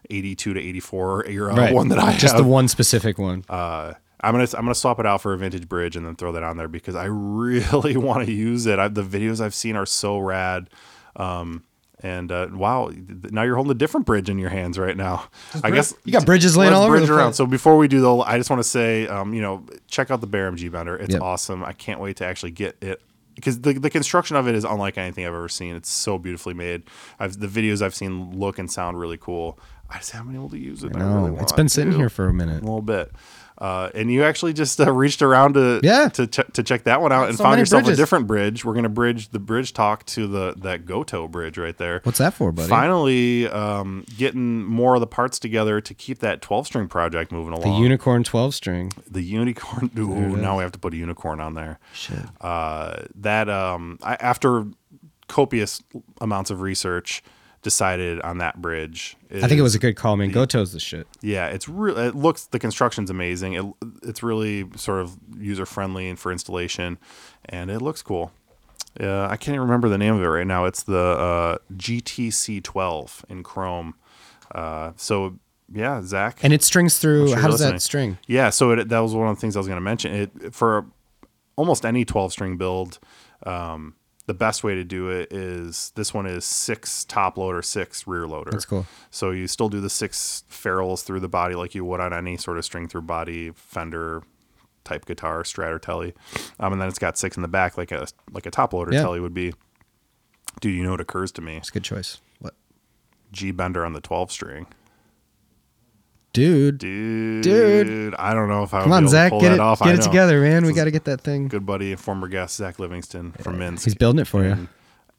82 to 84 era
right.
one that I
just
have.
the one specific one.
Uh, I'm gonna I'm gonna swap it out for a vintage bridge and then throw that on there because I really want to use it. I, the videos I've seen are so rad. Um, and uh, wow, th- now you're holding a different bridge in your hands right now. I guess
You got bridges laying
Let's
all over
bridge
the
around.
place.
So before we do though, I just want to say, um, you know, check out the Bear MG Bender. It's
Yep.
awesome. I can't wait to actually get it because the, the construction of it is unlike anything I've ever seen. It's so beautifully made. I've the videos I've seen look and sound really cool. I just haven't been able to use it. I,
no,
really want
it's been sitting
to
here for a minute.
a little bit. Uh, and you actually just uh, reached around to
Yeah.
to, ch- to check that one out and
So
found
many
yourself
bridges.
a different bridge. We're gonna bridge the bridge talk to the that Goto bridge right there.
What's that for, buddy?
Finally, um, getting more of the parts together to keep that twelve string project moving
the
along.
unicorn 12 string.
the unicorn. Ooh, now we have to put a unicorn on there
Shit.
uh, that um, I, after copious amounts of research, decided on that bridge.
I think it was a good call, man. Goto's the shit.
Yeah, it's real. It looks the construction's amazing. It it's really sort of user friendly and for installation, and it looks cool. Uh, I can't even remember the name of it right now. It's the uh, GTC12 in Chrome. Uh, so yeah, Zach.
And it strings through.
sure
how does
listening.
that string?
Yeah, so it, that was one of the things I was going to mention. It for almost any 12 string build, um, the best way to do it is this one is six top loader, six rear loader.
That's cool.
So you still do the six ferrules through the body like you would on any sort of string through body Fender type guitar, Strat or Telly, um, and then it's got six in the back like a like a top loader
Yeah.
Telly would be. Dude, you know what occurs to me?
It's a good choice. What?
G bender on the 12 string.
Dude.
Dude,
Dude.
I don't know if I would
Come
be
on,
able to
Zach.
pull
Get
that
it,
off. I
get it
know.
together, man. We
This is-
got to get that thing.
good buddy and former guest Zach Livingston from Minsk.
He's building it for you.
and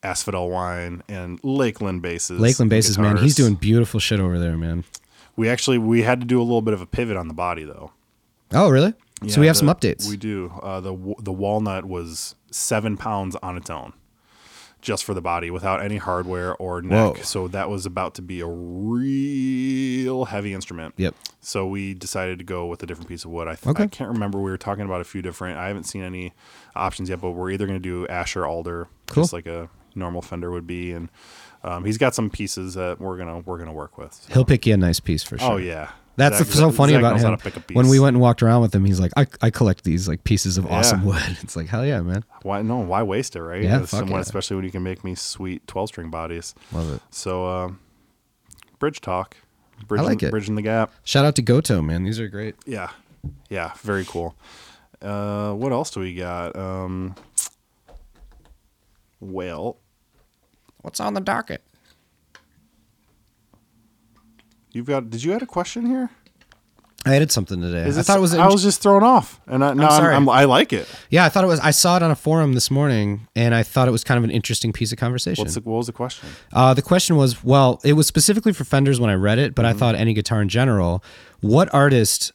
Asphodel Wine and Lakeland Bases.
Lakeland Bases, man. He's
guitars.
doing beautiful shit over there, man.
We actually we had to do a little bit of a pivot on the body though.
Oh, really?
Yeah,
so we have
the-
some updates.
We do. Uh, the wa- the walnut was seven pounds on its own, just for the body, without any hardware or neck.
Whoa.
So that was about to be a real heavy instrument.
Yep.
So we decided to go with a different piece of wood. I, th- I
Okay.
can't remember. We were talking about a few different. I haven't seen any options yet, but we're either going to do ash or alder,
Cool.
just like a normal Fender would be, and um, he's got some pieces that we're gonna we're gonna work with. So-
He'll pick you a nice piece for sure.
Oh yeah,
That's
Zach-
so funny
Zach
about
knows how
him.
to pick a piece.
When we went and walked around with him, he's like, I, I collect these like pieces of awesome
Yeah.
wood. It's like, hell yeah, man.
Why no? Why waste it, right?
Yeah,
With
fuck
someone,
yeah.
especially when you can make me sweet twelve string bodies.
Love it.
So, um, bridge talk, bridge,
like it.
bridging the gap.
Shout out to Goto, man. These are great.
Yeah, yeah, very cool. Uh, what else do we got? Um, well,
What's on the docket?
you've got. Did you add a question here?
I added something today.
Is
I
this-
thought it was.
I was just thrown off, and I, no, I'm
sorry.
I'm, i like it.
yeah, I thought it was. I saw it on a forum this morning, and I thought it was kind of an interesting piece of conversation.
What's the, what was the question?
Uh, the question was, well, it was specifically for Fenders when I read it,
Mm-hmm.
but I thought any guitar in general. What artist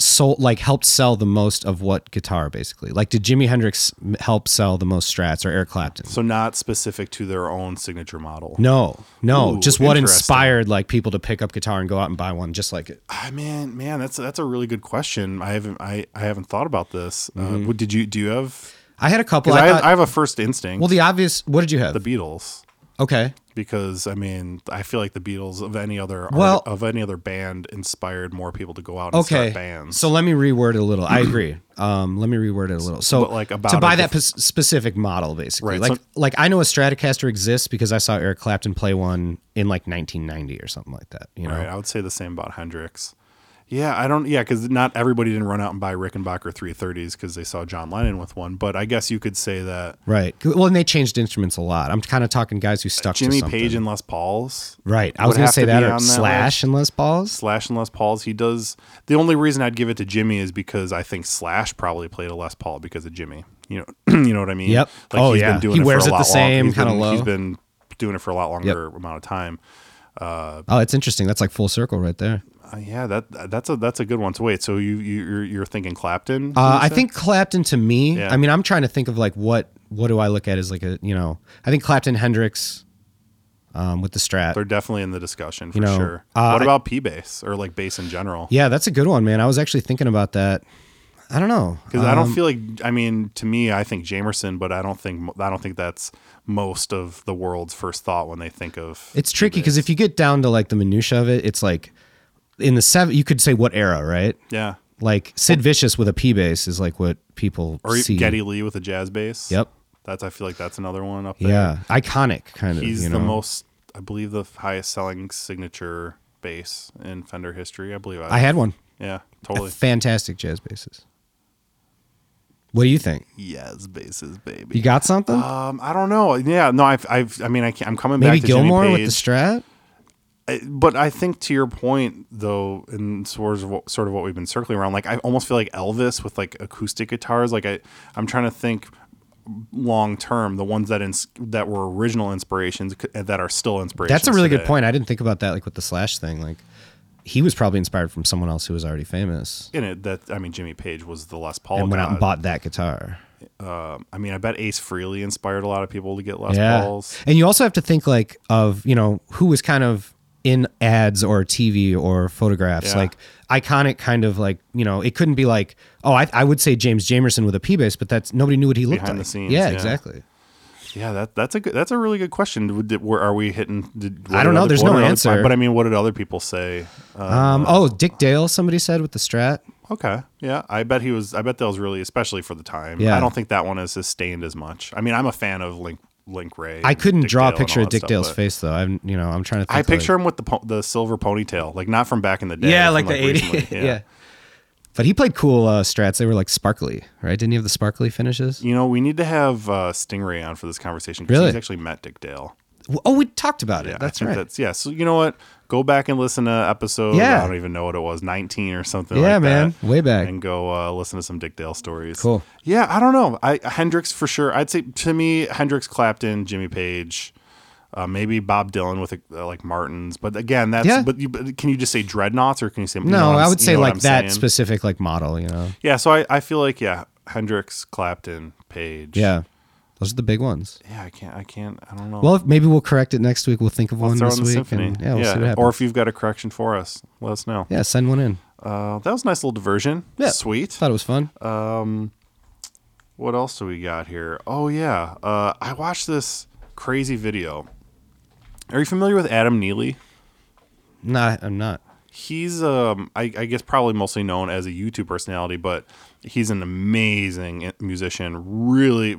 sold like helped sell the most of what guitar basically? Like, did Jimi Hendrix m- help sell the most Strats or Eric Clapton?
So not specific to their own signature model.
No, no,
Ooh,
just what
interesting.
inspired like people to pick up guitar and go out and buy one just like it.
I mean, Ah, man, that's that's a really good question. I haven't I, I haven't thought about this. Uh, what did you do? You have?
I had a couple.
'cause
I
I,
thought,
I have a first instinct.
well, the obvious. What did you have?
the Beatles,
okay,
because I mean, I feel like the Beatles of any other art-
Well-
of any other band inspired more people to go out and
okay.
start bands.
So let me reword it a little. I agree. Um, let me reword it a little. So
But, like, about
to
a
buy that p- specific model, basically.
Right,
Like
so-
like I know a Stratocaster exists because I saw Eric Clapton play one in like 1990 or something like that. You know.
Right. I would say the same about Hendrix. Yeah, I don't. Yeah, because not everybody didn't run out and buy Rickenbacker 330s because they saw John Lennon with one. But I guess you could say that
Right. Well, and they changed instruments a lot. I'm kind of talking guys who stuck to
Jimmy
something.
Page and Les Paul's.
Right. I was
would
going
have
to say
to
that
be
or
on that
Slash and Les Pauls.
Slash and Les Paul's. He does. The only reason I'd give it to Jimmy is because I think Slash probably played a Les Paul because of Jimmy. You know, you know what I mean.
Yep.
Like
Oh,
he's
yeah.
Been doing
He
it
wears it
for a
the
lot
same,
long- he's been-
kinda low.
He's been doing it for a lot longer amount of time.
Oh, it's interesting. That's like full circle right there.
Uh, yeah, that that's a that's a good one. So wait, so you you you're, you're thinking Clapton?
Uh,
you
I
said?
think Clapton to me.
Yeah.
I mean, I'm trying to think of like what what do I look at as like a you know. I think Clapton, Hendrix, um, with the Strat.
They're definitely in the discussion for
know,
sure.
uh,
what
I-
about P bass or like bass in general?
Yeah, that's a good one, man. I was actually thinking about that. I don't know. Um,
Because I don't feel like I mean to me I think Jamerson, but I don't think I don't think that's most of the world's first thought when they think of
It's tricky because if you get down to like the minutia of it, it's like in the seven. You could say what era, right?
yeah
Like Sid Vicious with a P bass is like what people
or
see.
Getty Lee with a jazz bass.
Yep.
that's I feel like that's another one up there.
yeah, iconic kind of.
he's
you
the
know?
most I believe the highest selling signature bass in Fender history. I believe
I had one.
yeah totally
Fantastic jazz basses. What do you think?
yes basses baby.
You got something?
um, I don't know. Yeah, no, I've, I've, I mean, I can't, I'm coming
Maybe
back to Jimmy
Gilmore with the
Page.
Strat.
I- but I think to your point though, and sort of what, sort of what we've been circling around, like I almost feel like Elvis with like acoustic guitars. Like I, I'm trying to think long term, the ones that ins- that were original inspirations c- that are still inspirations.
That's a really good
today.
point. I didn't think about that, like with the Slash thing. Like, he was probably inspired from someone else who was already famous
In it, that I mean, Jimmy Page was the Les Paul.
and went out
Oh, god.
and bought that guitar.
Um, I mean, I bet Ace Frehley inspired a lot of people to get Les
yeah,
Pauls.
and you also have to think like of you know who was kind of in ads or TV or photographs,
Yeah.
like iconic kind of like you know it couldn't be like oh I, I would say James Jamerson with a P bass, but that's nobody knew what he looked
Behind the
like.
scenes,
yeah,
yeah.
exactly.
Yeah, that that's a good, that's a really good question. Would- Did, were, are we hitting? Did, what
don't
did
know.
other-
There's
what
no
did other-
answer.
but I mean, what did other people say? Uh,
Um, oh, Dick Dale, somebody said with the Strat.
Okay. Yeah. I bet he was I bet that was really especially for the time.
Yeah.
I don't think that one is sustained as much. I mean, I'm a fan of Link Link Ray.
I
and
couldn't
Dick
draw
Dale
a
and
picture
all
of
that
Dick
stuff,
Dale's
but
face though. I'm you know I'm trying to. Think
I
like-
picture him with the po- the silver ponytail, like not from back in the day.
yeah,
from,
like, the
recently.
eighty. Yeah. But he played cool uh, strats. They were like sparkly, right? Didn't he have the sparkly finishes?
You know, we need to have uh, Stingray on for this conversation because
Really?
he's actually met Dick Dale.
W- Oh, we talked about it.
Yeah, I
That's
think
right.
That's yeah. So you know what? Go back and listen to episode.
Yeah.
I don't even know what it was, nineteen or something.
Yeah,
like
man.
that,
Way back.
And go uh, listen to some Dick Dale stories.
Cool.
Yeah, I don't know. I Hendrix for sure. I'd say to me, Hendrix, Clapton, Jimmy Page. Uh, maybe Bob Dylan with uh, like Martins, but again, that's.
Yeah.
But, you, but can you just say dreadnoughts, or can you say? you know
no,
what I'm-
I would
you
say
know what
like
I'm
that
saying?
specific like model. You know.
yeah, so I, I feel like yeah, Hendrix, Clapton, Page.
Yeah. Those are the big ones.
yeah. I can't. I can't. I don't know.
Well, if, maybe we'll correct it next week. We'll think of one
throw
this
in the
week.
symphony.
And, yeah, we'll see what happens.
or if you've got a correction for us, let us know.
yeah, send one in.
Uh, that was a nice little diversion.
Yeah.
Sweet.
Thought it was fun.
Uh, What else do we got here? Oh, yeah. Uh, I watched this crazy video. Are you familiar with Adam Neely?
nah, I'm not.
He's, um, I, I guess, probably mostly known as a YouTube personality, but he's an amazing musician. Really,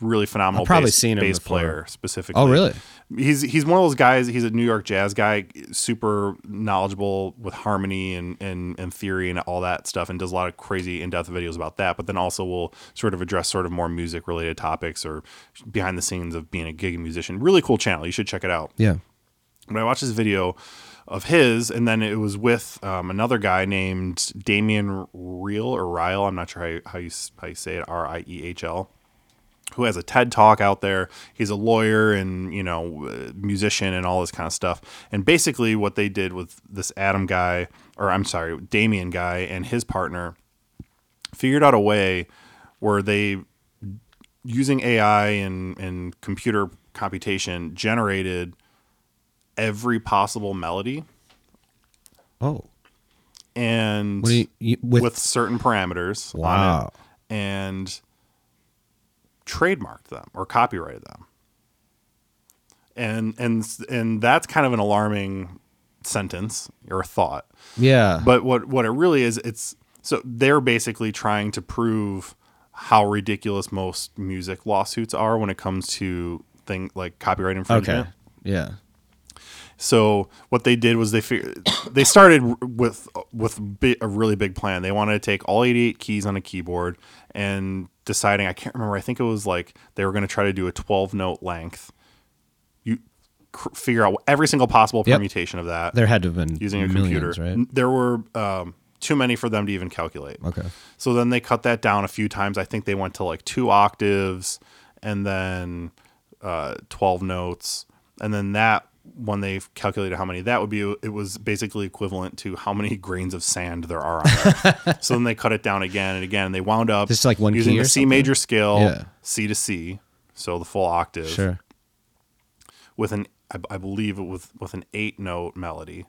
really phenomenal.
probably
bass,
seen him
bass
before.
player specifically.
Oh, really?
He's he's one of those guys. He's a New York jazz guy, super knowledgeable with harmony and and, and theory and all that stuff, and does a lot of crazy in depth videos about that. But then also will sort of address sort of more music related topics or behind the scenes of being a gig musician. Really cool channel. You should check it out
Yeah.
when I watched this video of his, and then it was with um, another guy named Damien Real or Ryle. I'm not sure how you, how you s- how you say it. R I E H L who has a TED talk out there. He's a lawyer and you know uh, musician and all this kind of stuff. And basically, what they did with this Adam guy, or I'm sorry, Damien guy and his partner, figured out a way where they using AI and and computer computation generated every possible melody
Oh,
and
what do you, you, with,
with, certain parameters on it
Wow.
and trademarked them or copyrighted them and and and that's kind of an alarming sentence or thought
yeah,
but what what it really is it's so they're basically trying to prove how ridiculous most music lawsuits are when it comes to thing like copyright infringement
okay, yeah,
so what they did was they figured they started with with bi- a really big plan. They wanted to take all 88 keys on a keyboard and deciding I can't remember. I think it was like they were going to try to do a 12 note length. You cr- figure out every single possible
Yep.
permutation of that
there had to have been
using a
millions,
computer.
right?
N- There were um, too many for them to even calculate.
Okay,
So then they cut that down a few times. I think they went to like two octaves and then uh, 12 notes. And then that, when they calculated how many that would be, it was basically equivalent to how many grains of sand there are on Earth. so then they cut it down again and again. And they wound up
Just like one key
using
or
the C
something?
major scale,
Yeah.
C to C, so the full octave,
sure.
with an, I, I believe, it with, with an eight note melody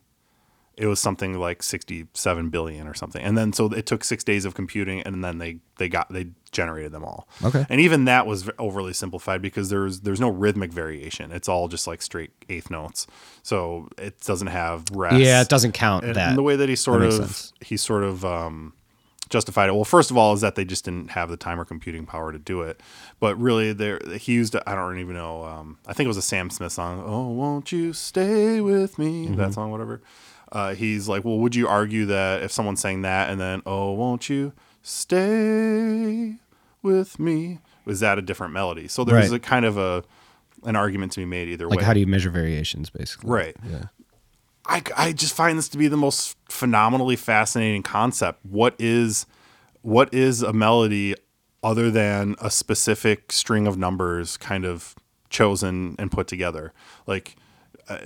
it was something like 67 billion or something and then so it took six days of computing and then they they got they generated them all
Okay.
and even that was overly simplified because there's there's no rhythmic variation it's all just like straight eighth notes so it doesn't have rest
Yeah, it doesn't count
and,
that.
and the way that he sort
makes
of
sense.
he sort of um, justified it. Well, first of all, is that they just didn't have the time or computing power to do it. But really, there he used I don't even know. Um, I think it was a Sam Smith song. Oh, won't you stay with me?
Mm-hmm.
That song, whatever. Uh, he's like, well, would you argue that if someone sang that and then oh, won't you stay with me? Was that a different melody? So there's
Right.
a kind of a an argument to be made either
like,
way.
how do you measure variations, basically?
Right.
Yeah.
I, I just find this to be the most phenomenally fascinating concept. What is what is a melody other than a specific string of numbers kind of chosen and put together? Like uh,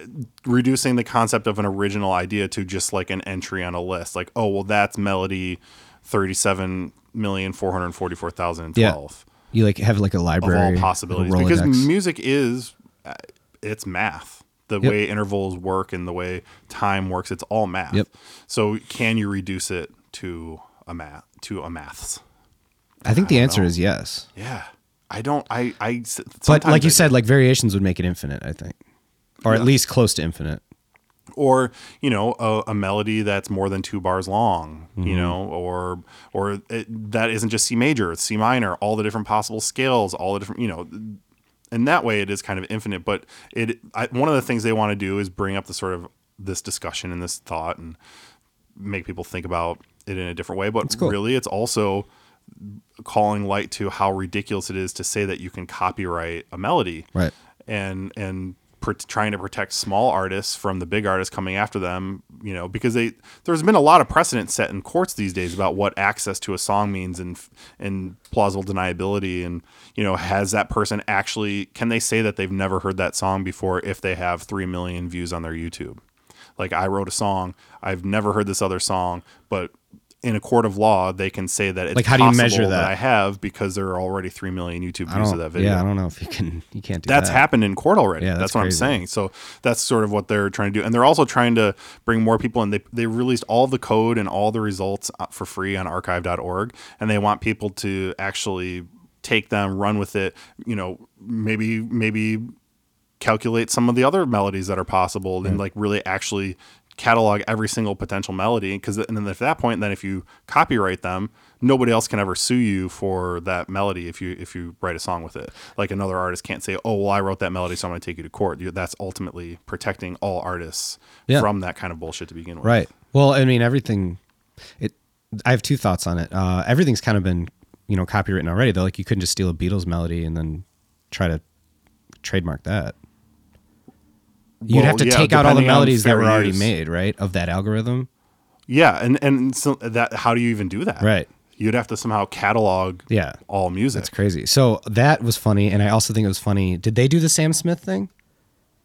reducing the concept of an original idea to just like an entry on a list. Like, oh well, that's melody thirty-seven million four hundred forty-four thousand
Yeah.
twelve
You like have like a
of
library
all
a
possibilities because
Rolodex.
music is uh, it's math the way intervals work and the way time works it's all math
Yep.
so can you reduce it to a math to a maths
I think the answer is yes.
yeah i don't i i s-
But
sometimes
like you
I-
said, like variations would make it infinite, I think, or at least close to infinite.
or you know a, a melody that's more than two bars long you know or or it, that isn't just c major it's c minor all the different possible scales all the different you know and that way it is kind of infinite but it I, one of the things they want to do is bring up the sort of this discussion and this thought and make people think about it in a different way but
cool.
really it's also calling light to how ridiculous it is to say that you can copyright a melody
Right.
and and pr- trying to protect small artists from the big artists coming after them you know because they there's been a lot of precedent set in courts these days about what access to a song means and and plausible deniability and you know has that person actually can they say that they've never heard that song before if they have 3 million views on their youtube like i wrote a song i've never heard this other song but in a court of law they can say that it's
Like, how do you
possible
measure that?
i have because there are already 3 million youtube
I
views
don't,
of that video
yeah, I don't know if you can. You can't do
that's
that.
happened in court already.
Yeah, that's
that's, what
crazy.
I'm saying. So that's sort of what they're trying to do, and they're also trying to bring more people in. They they released all the code and all the results uh, for free on archive.org, and they want people to actually take them, run with it. You know, maybe maybe calculate some of the other melodies that are possible, and like really actually catalog every single potential melody. Because and then at that point, then if you copyright them. Nobody else can ever sue you for that melody if you if you write a song with it. Like another artist can't say, "Oh, well, I wrote that melody, so I'm going to take you to court." You- That's ultimately protecting all artists
Yeah.
from that kind of bullshit to begin with.
Right. Well, I mean, everything. It. I have two thoughts on it. Uh, everything's kind of been, you know, copywritten already. Though, like, you couldn't just steal a Beatles melody and then try to trademark that. You'd
Well,
have to
yeah,
take out all the
depending on
melodies that
fair
were already
use.
made, right? Of that algorithm.
Yeah, and and so that how do you even do that?
Right.
You'd have to somehow catalog
Yeah.
all music.
It's crazy. So that was funny, and I also think it was funny. Did they do the Sam Smith thing?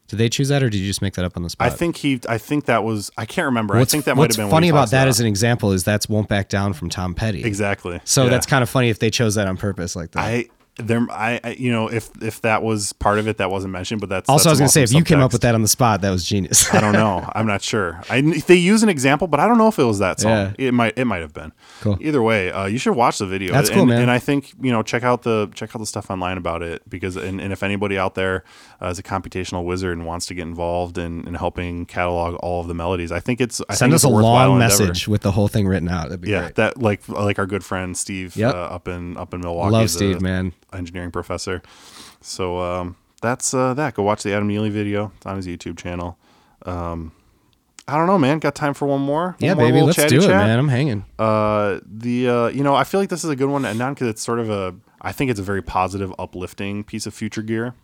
Did they choose that, or did you just make that up on the spot?
I think he I think that was I can't remember. I
What's,
think that might
what's
have been
funny
when he
about
tossed
that
it
as
out.
an example is that's won't back down from Tom Petty.
exactly.
So
Yeah.
that's kind of funny if they chose that on purpose like that.
I there I, I you know if if that was part of it that wasn't mentioned, but that's
also, I was gonna
that's
say if
awesome
you came up
subtext.
with that on the spot, that was genius.
I don't know. I'm not sure. I they use an example, but I don't know if it was that song.
Yeah.
It might it might have been.
Cool.
Either way, uh, you should watch the video.
That's
and,
cool, man.
And I think you know check out the check out the stuff online about it because and, and if anybody out there uh, is a computational wizard and wants to get involved in, in helping catalog all of the melodies, I think it's I
Send
think
us
it's
a
worthwhile
long
endeavor.
message with the whole thing written out. That'd be
Yeah,
great.
that like like our good friend Steve
Yep.
uh, up in up in Milwaukee.
Love
is a
Steve, man.
Engineering professor. So um, that's uh, that. Go watch the Adam Neely video. It's on his YouTube channel. Um, I don't know, man. Got time for one more? One
Yeah,
more
baby,
little
let's
chatty
do it,
chat?
man. I'm hanging.
Uh, the uh, you know, I feel like this is a good one to end on because it's sort of a. I think it's a very positive, uplifting piece of future gear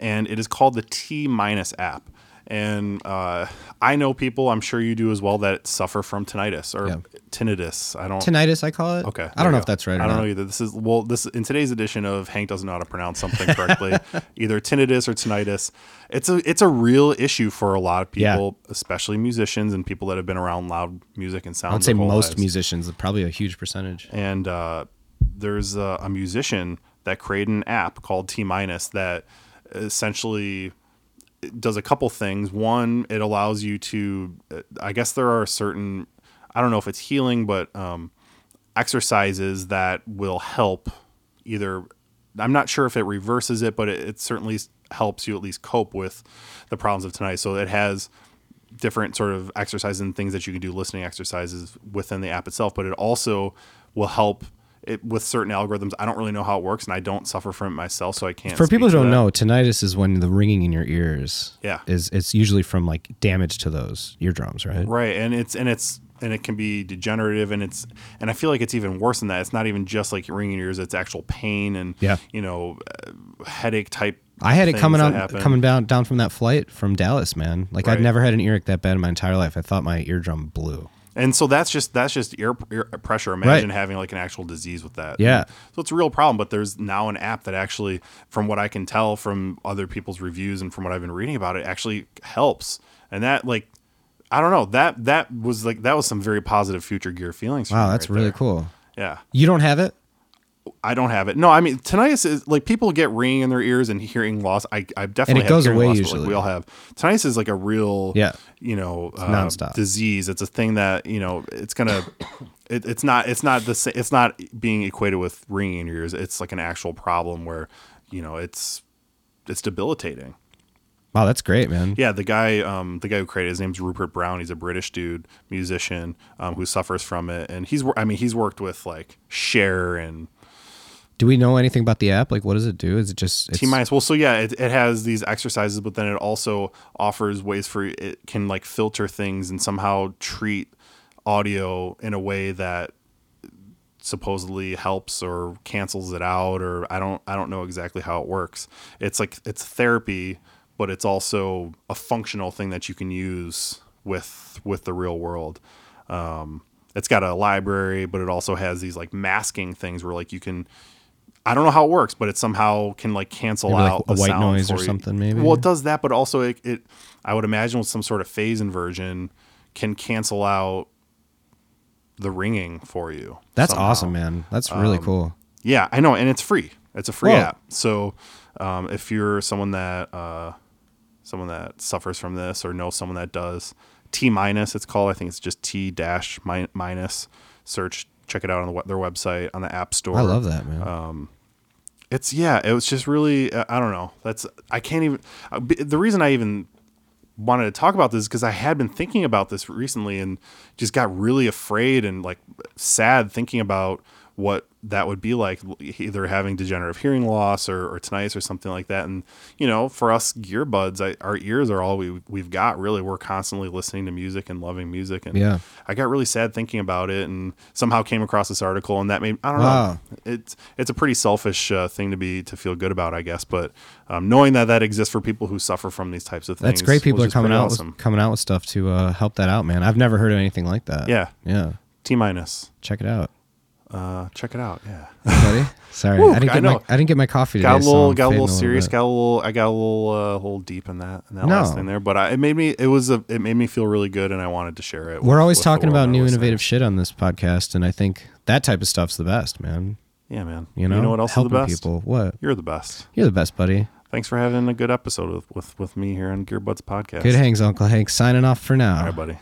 and it is called the T minus app. And uh, I know people, I'm sure you do as well, that suffer from tinnitus or
Yeah.
tinnitus. I don't.
Tinnitus, I call it. I
okay, there
don't
you
know
go.
if that's right. Or
I don't
not.
know either. This is well, this in today's edition of Hank doesn't know how to pronounce something correctly, either tinnitus or tinnitus. It's a it's a real issue for a lot of
Yeah.
people, especially musicians and people that have been around loud music and sound.
I'd say most musicians, probably a huge percentage.
and uh, there's a, a musician that created an app called T minus that essentially does a couple things. One, it allows you to, I guess there are certain, I don't know if it's healing, but um, exercises that will help either. I'm not sure if it reverses it, but it, it certainly helps you at least cope with the problems of tonight. So it has different sort of exercises and things that you can do listening exercises within the app itself but it also will help it with certain algorithms i don't really know how it works and i don't suffer from it myself so i can't
For
speak
people who
to
don't
that.
know, tinnitus is when the ringing in your ears.
Yeah.
Is it's usually from like damage to those eardrums, right?
right and it's and it's and it can be degenerative and it's and i feel like it's even worse than that it's not even just like ringing in your ears it's actual pain and
Yeah.
you know uh, headache type
I had it
things
coming
that
on
happen.
coming down down from that flight from Dallas, man. Like I've
Right.
never had an earache that bad in my entire life. I thought my eardrum blew.
and so that's just that's just ear, ear pressure imagine
Right.
having like an actual disease with that
Yeah.
so it's a real problem but there's now an app that actually from what i can tell from other people's reviews and from what i've been reading about it actually helps and that like i don't know that that was like that was some very positive future gear feelings for
Wow,
me
that's
right
really
there.
cool.
yeah
You don't have it?
I don't have it. No, I mean tinnitus is like people get ringing in their ears and hearing loss. I I definitely
it
have
goes
hearing
away
loss, but, like,
usually.
we all have tinnitus is like a real
Yeah.
you know uh,
nonstop.
disease. It's a thing that you know it's gonna. It, it's not. It's not the. sa- It's not being equated with ringing in your ears. It's like an actual problem where you know it's it's debilitating.
Wow, that's great, man.
Yeah, the guy, um, the guy who created it, his name's Rupert Brown. He's a British dude, musician, um, who suffers from it, and he's. wor- I mean, he's worked with like Cher and
Do we know anything about the app? Like what does it do? Is it just it's,
T minus. Well, so yeah, it, it has these exercises, but then it also offers ways for it can like filter things and somehow treat audio in a way that supposedly helps or cancels it out or I don't I don't know exactly how it works. It's like it's therapy, but it's also a functional thing that you can use with with the real world. Um, it's got a library, but it also has these like masking things where like you can I don't know how it works, but it somehow can like cancel
Maybe, like,
out
a
the
white
sound
noise
for
or
you.
something, maybe?
Well, it does that, but also it, it I would imagine with some sort of phase inversion can cancel out the ringing for you.
That's
somehow. um,
awesome, man. That's really cool.
Yeah, I know, and it's free. It's a free
Whoa.
app. So um, if you're someone that uh, someone that suffers from this or knows someone that does, T minus it's called. I think it's just T dash mi- minus. Search, check it out on the, we- their website on the App Store.
I love that, man.
uh, It's yeah. It was just really. Uh, I don't know. That's I can't even. Uh, b- the reason I even wanted to talk about this because I had been thinking about this recently and just got really afraid and like sad thinking about what that would be like, e, either having degenerative hearing loss or, or tinnitus or something like that. And you know, for us gear buds, I, our ears are all we we've got. Really, we're constantly listening to music and loving music. And
Yeah.
I got really sad thinking about it, and somehow came across this article, and that made I don't
Wow.
know. It's it's a pretty selfish uh, thing to be to feel good about, I guess. But um, knowing that that exists for people who suffer from these types of things,
That's great. People
was
are
just
coming
pretty
out
Awesome.
with, coming out with stuff to uh, help that out, man. I've never heard of anything like that.
Yeah.
yeah.
T minus.
Check it out,
Uh, check it out. Yeah.
buddy. Sorry,
Woo,
I didn't
I
get my
know.
I didn't get my coffee today.
got a
so
little
I'm
got a
fading
little serious
bit.
got a little i got a little uh, little deep in that in that
No.
last thing there but I, it made me it was a it made me feel really good and i wanted to share it
We're
with-
always
with the
talking
world
about
and
new
our
innovative
listeners.
shit on this podcast, and I think that type of stuff's the best, man.
yeah man
You know,
what else
helping
is the best
people. What
you're the best
you're the best, buddy.
thanks for having a good episode with with, with me here on gearbuds podcast
Good hangs, Uncle Hank. Signing off for now.
all right buddy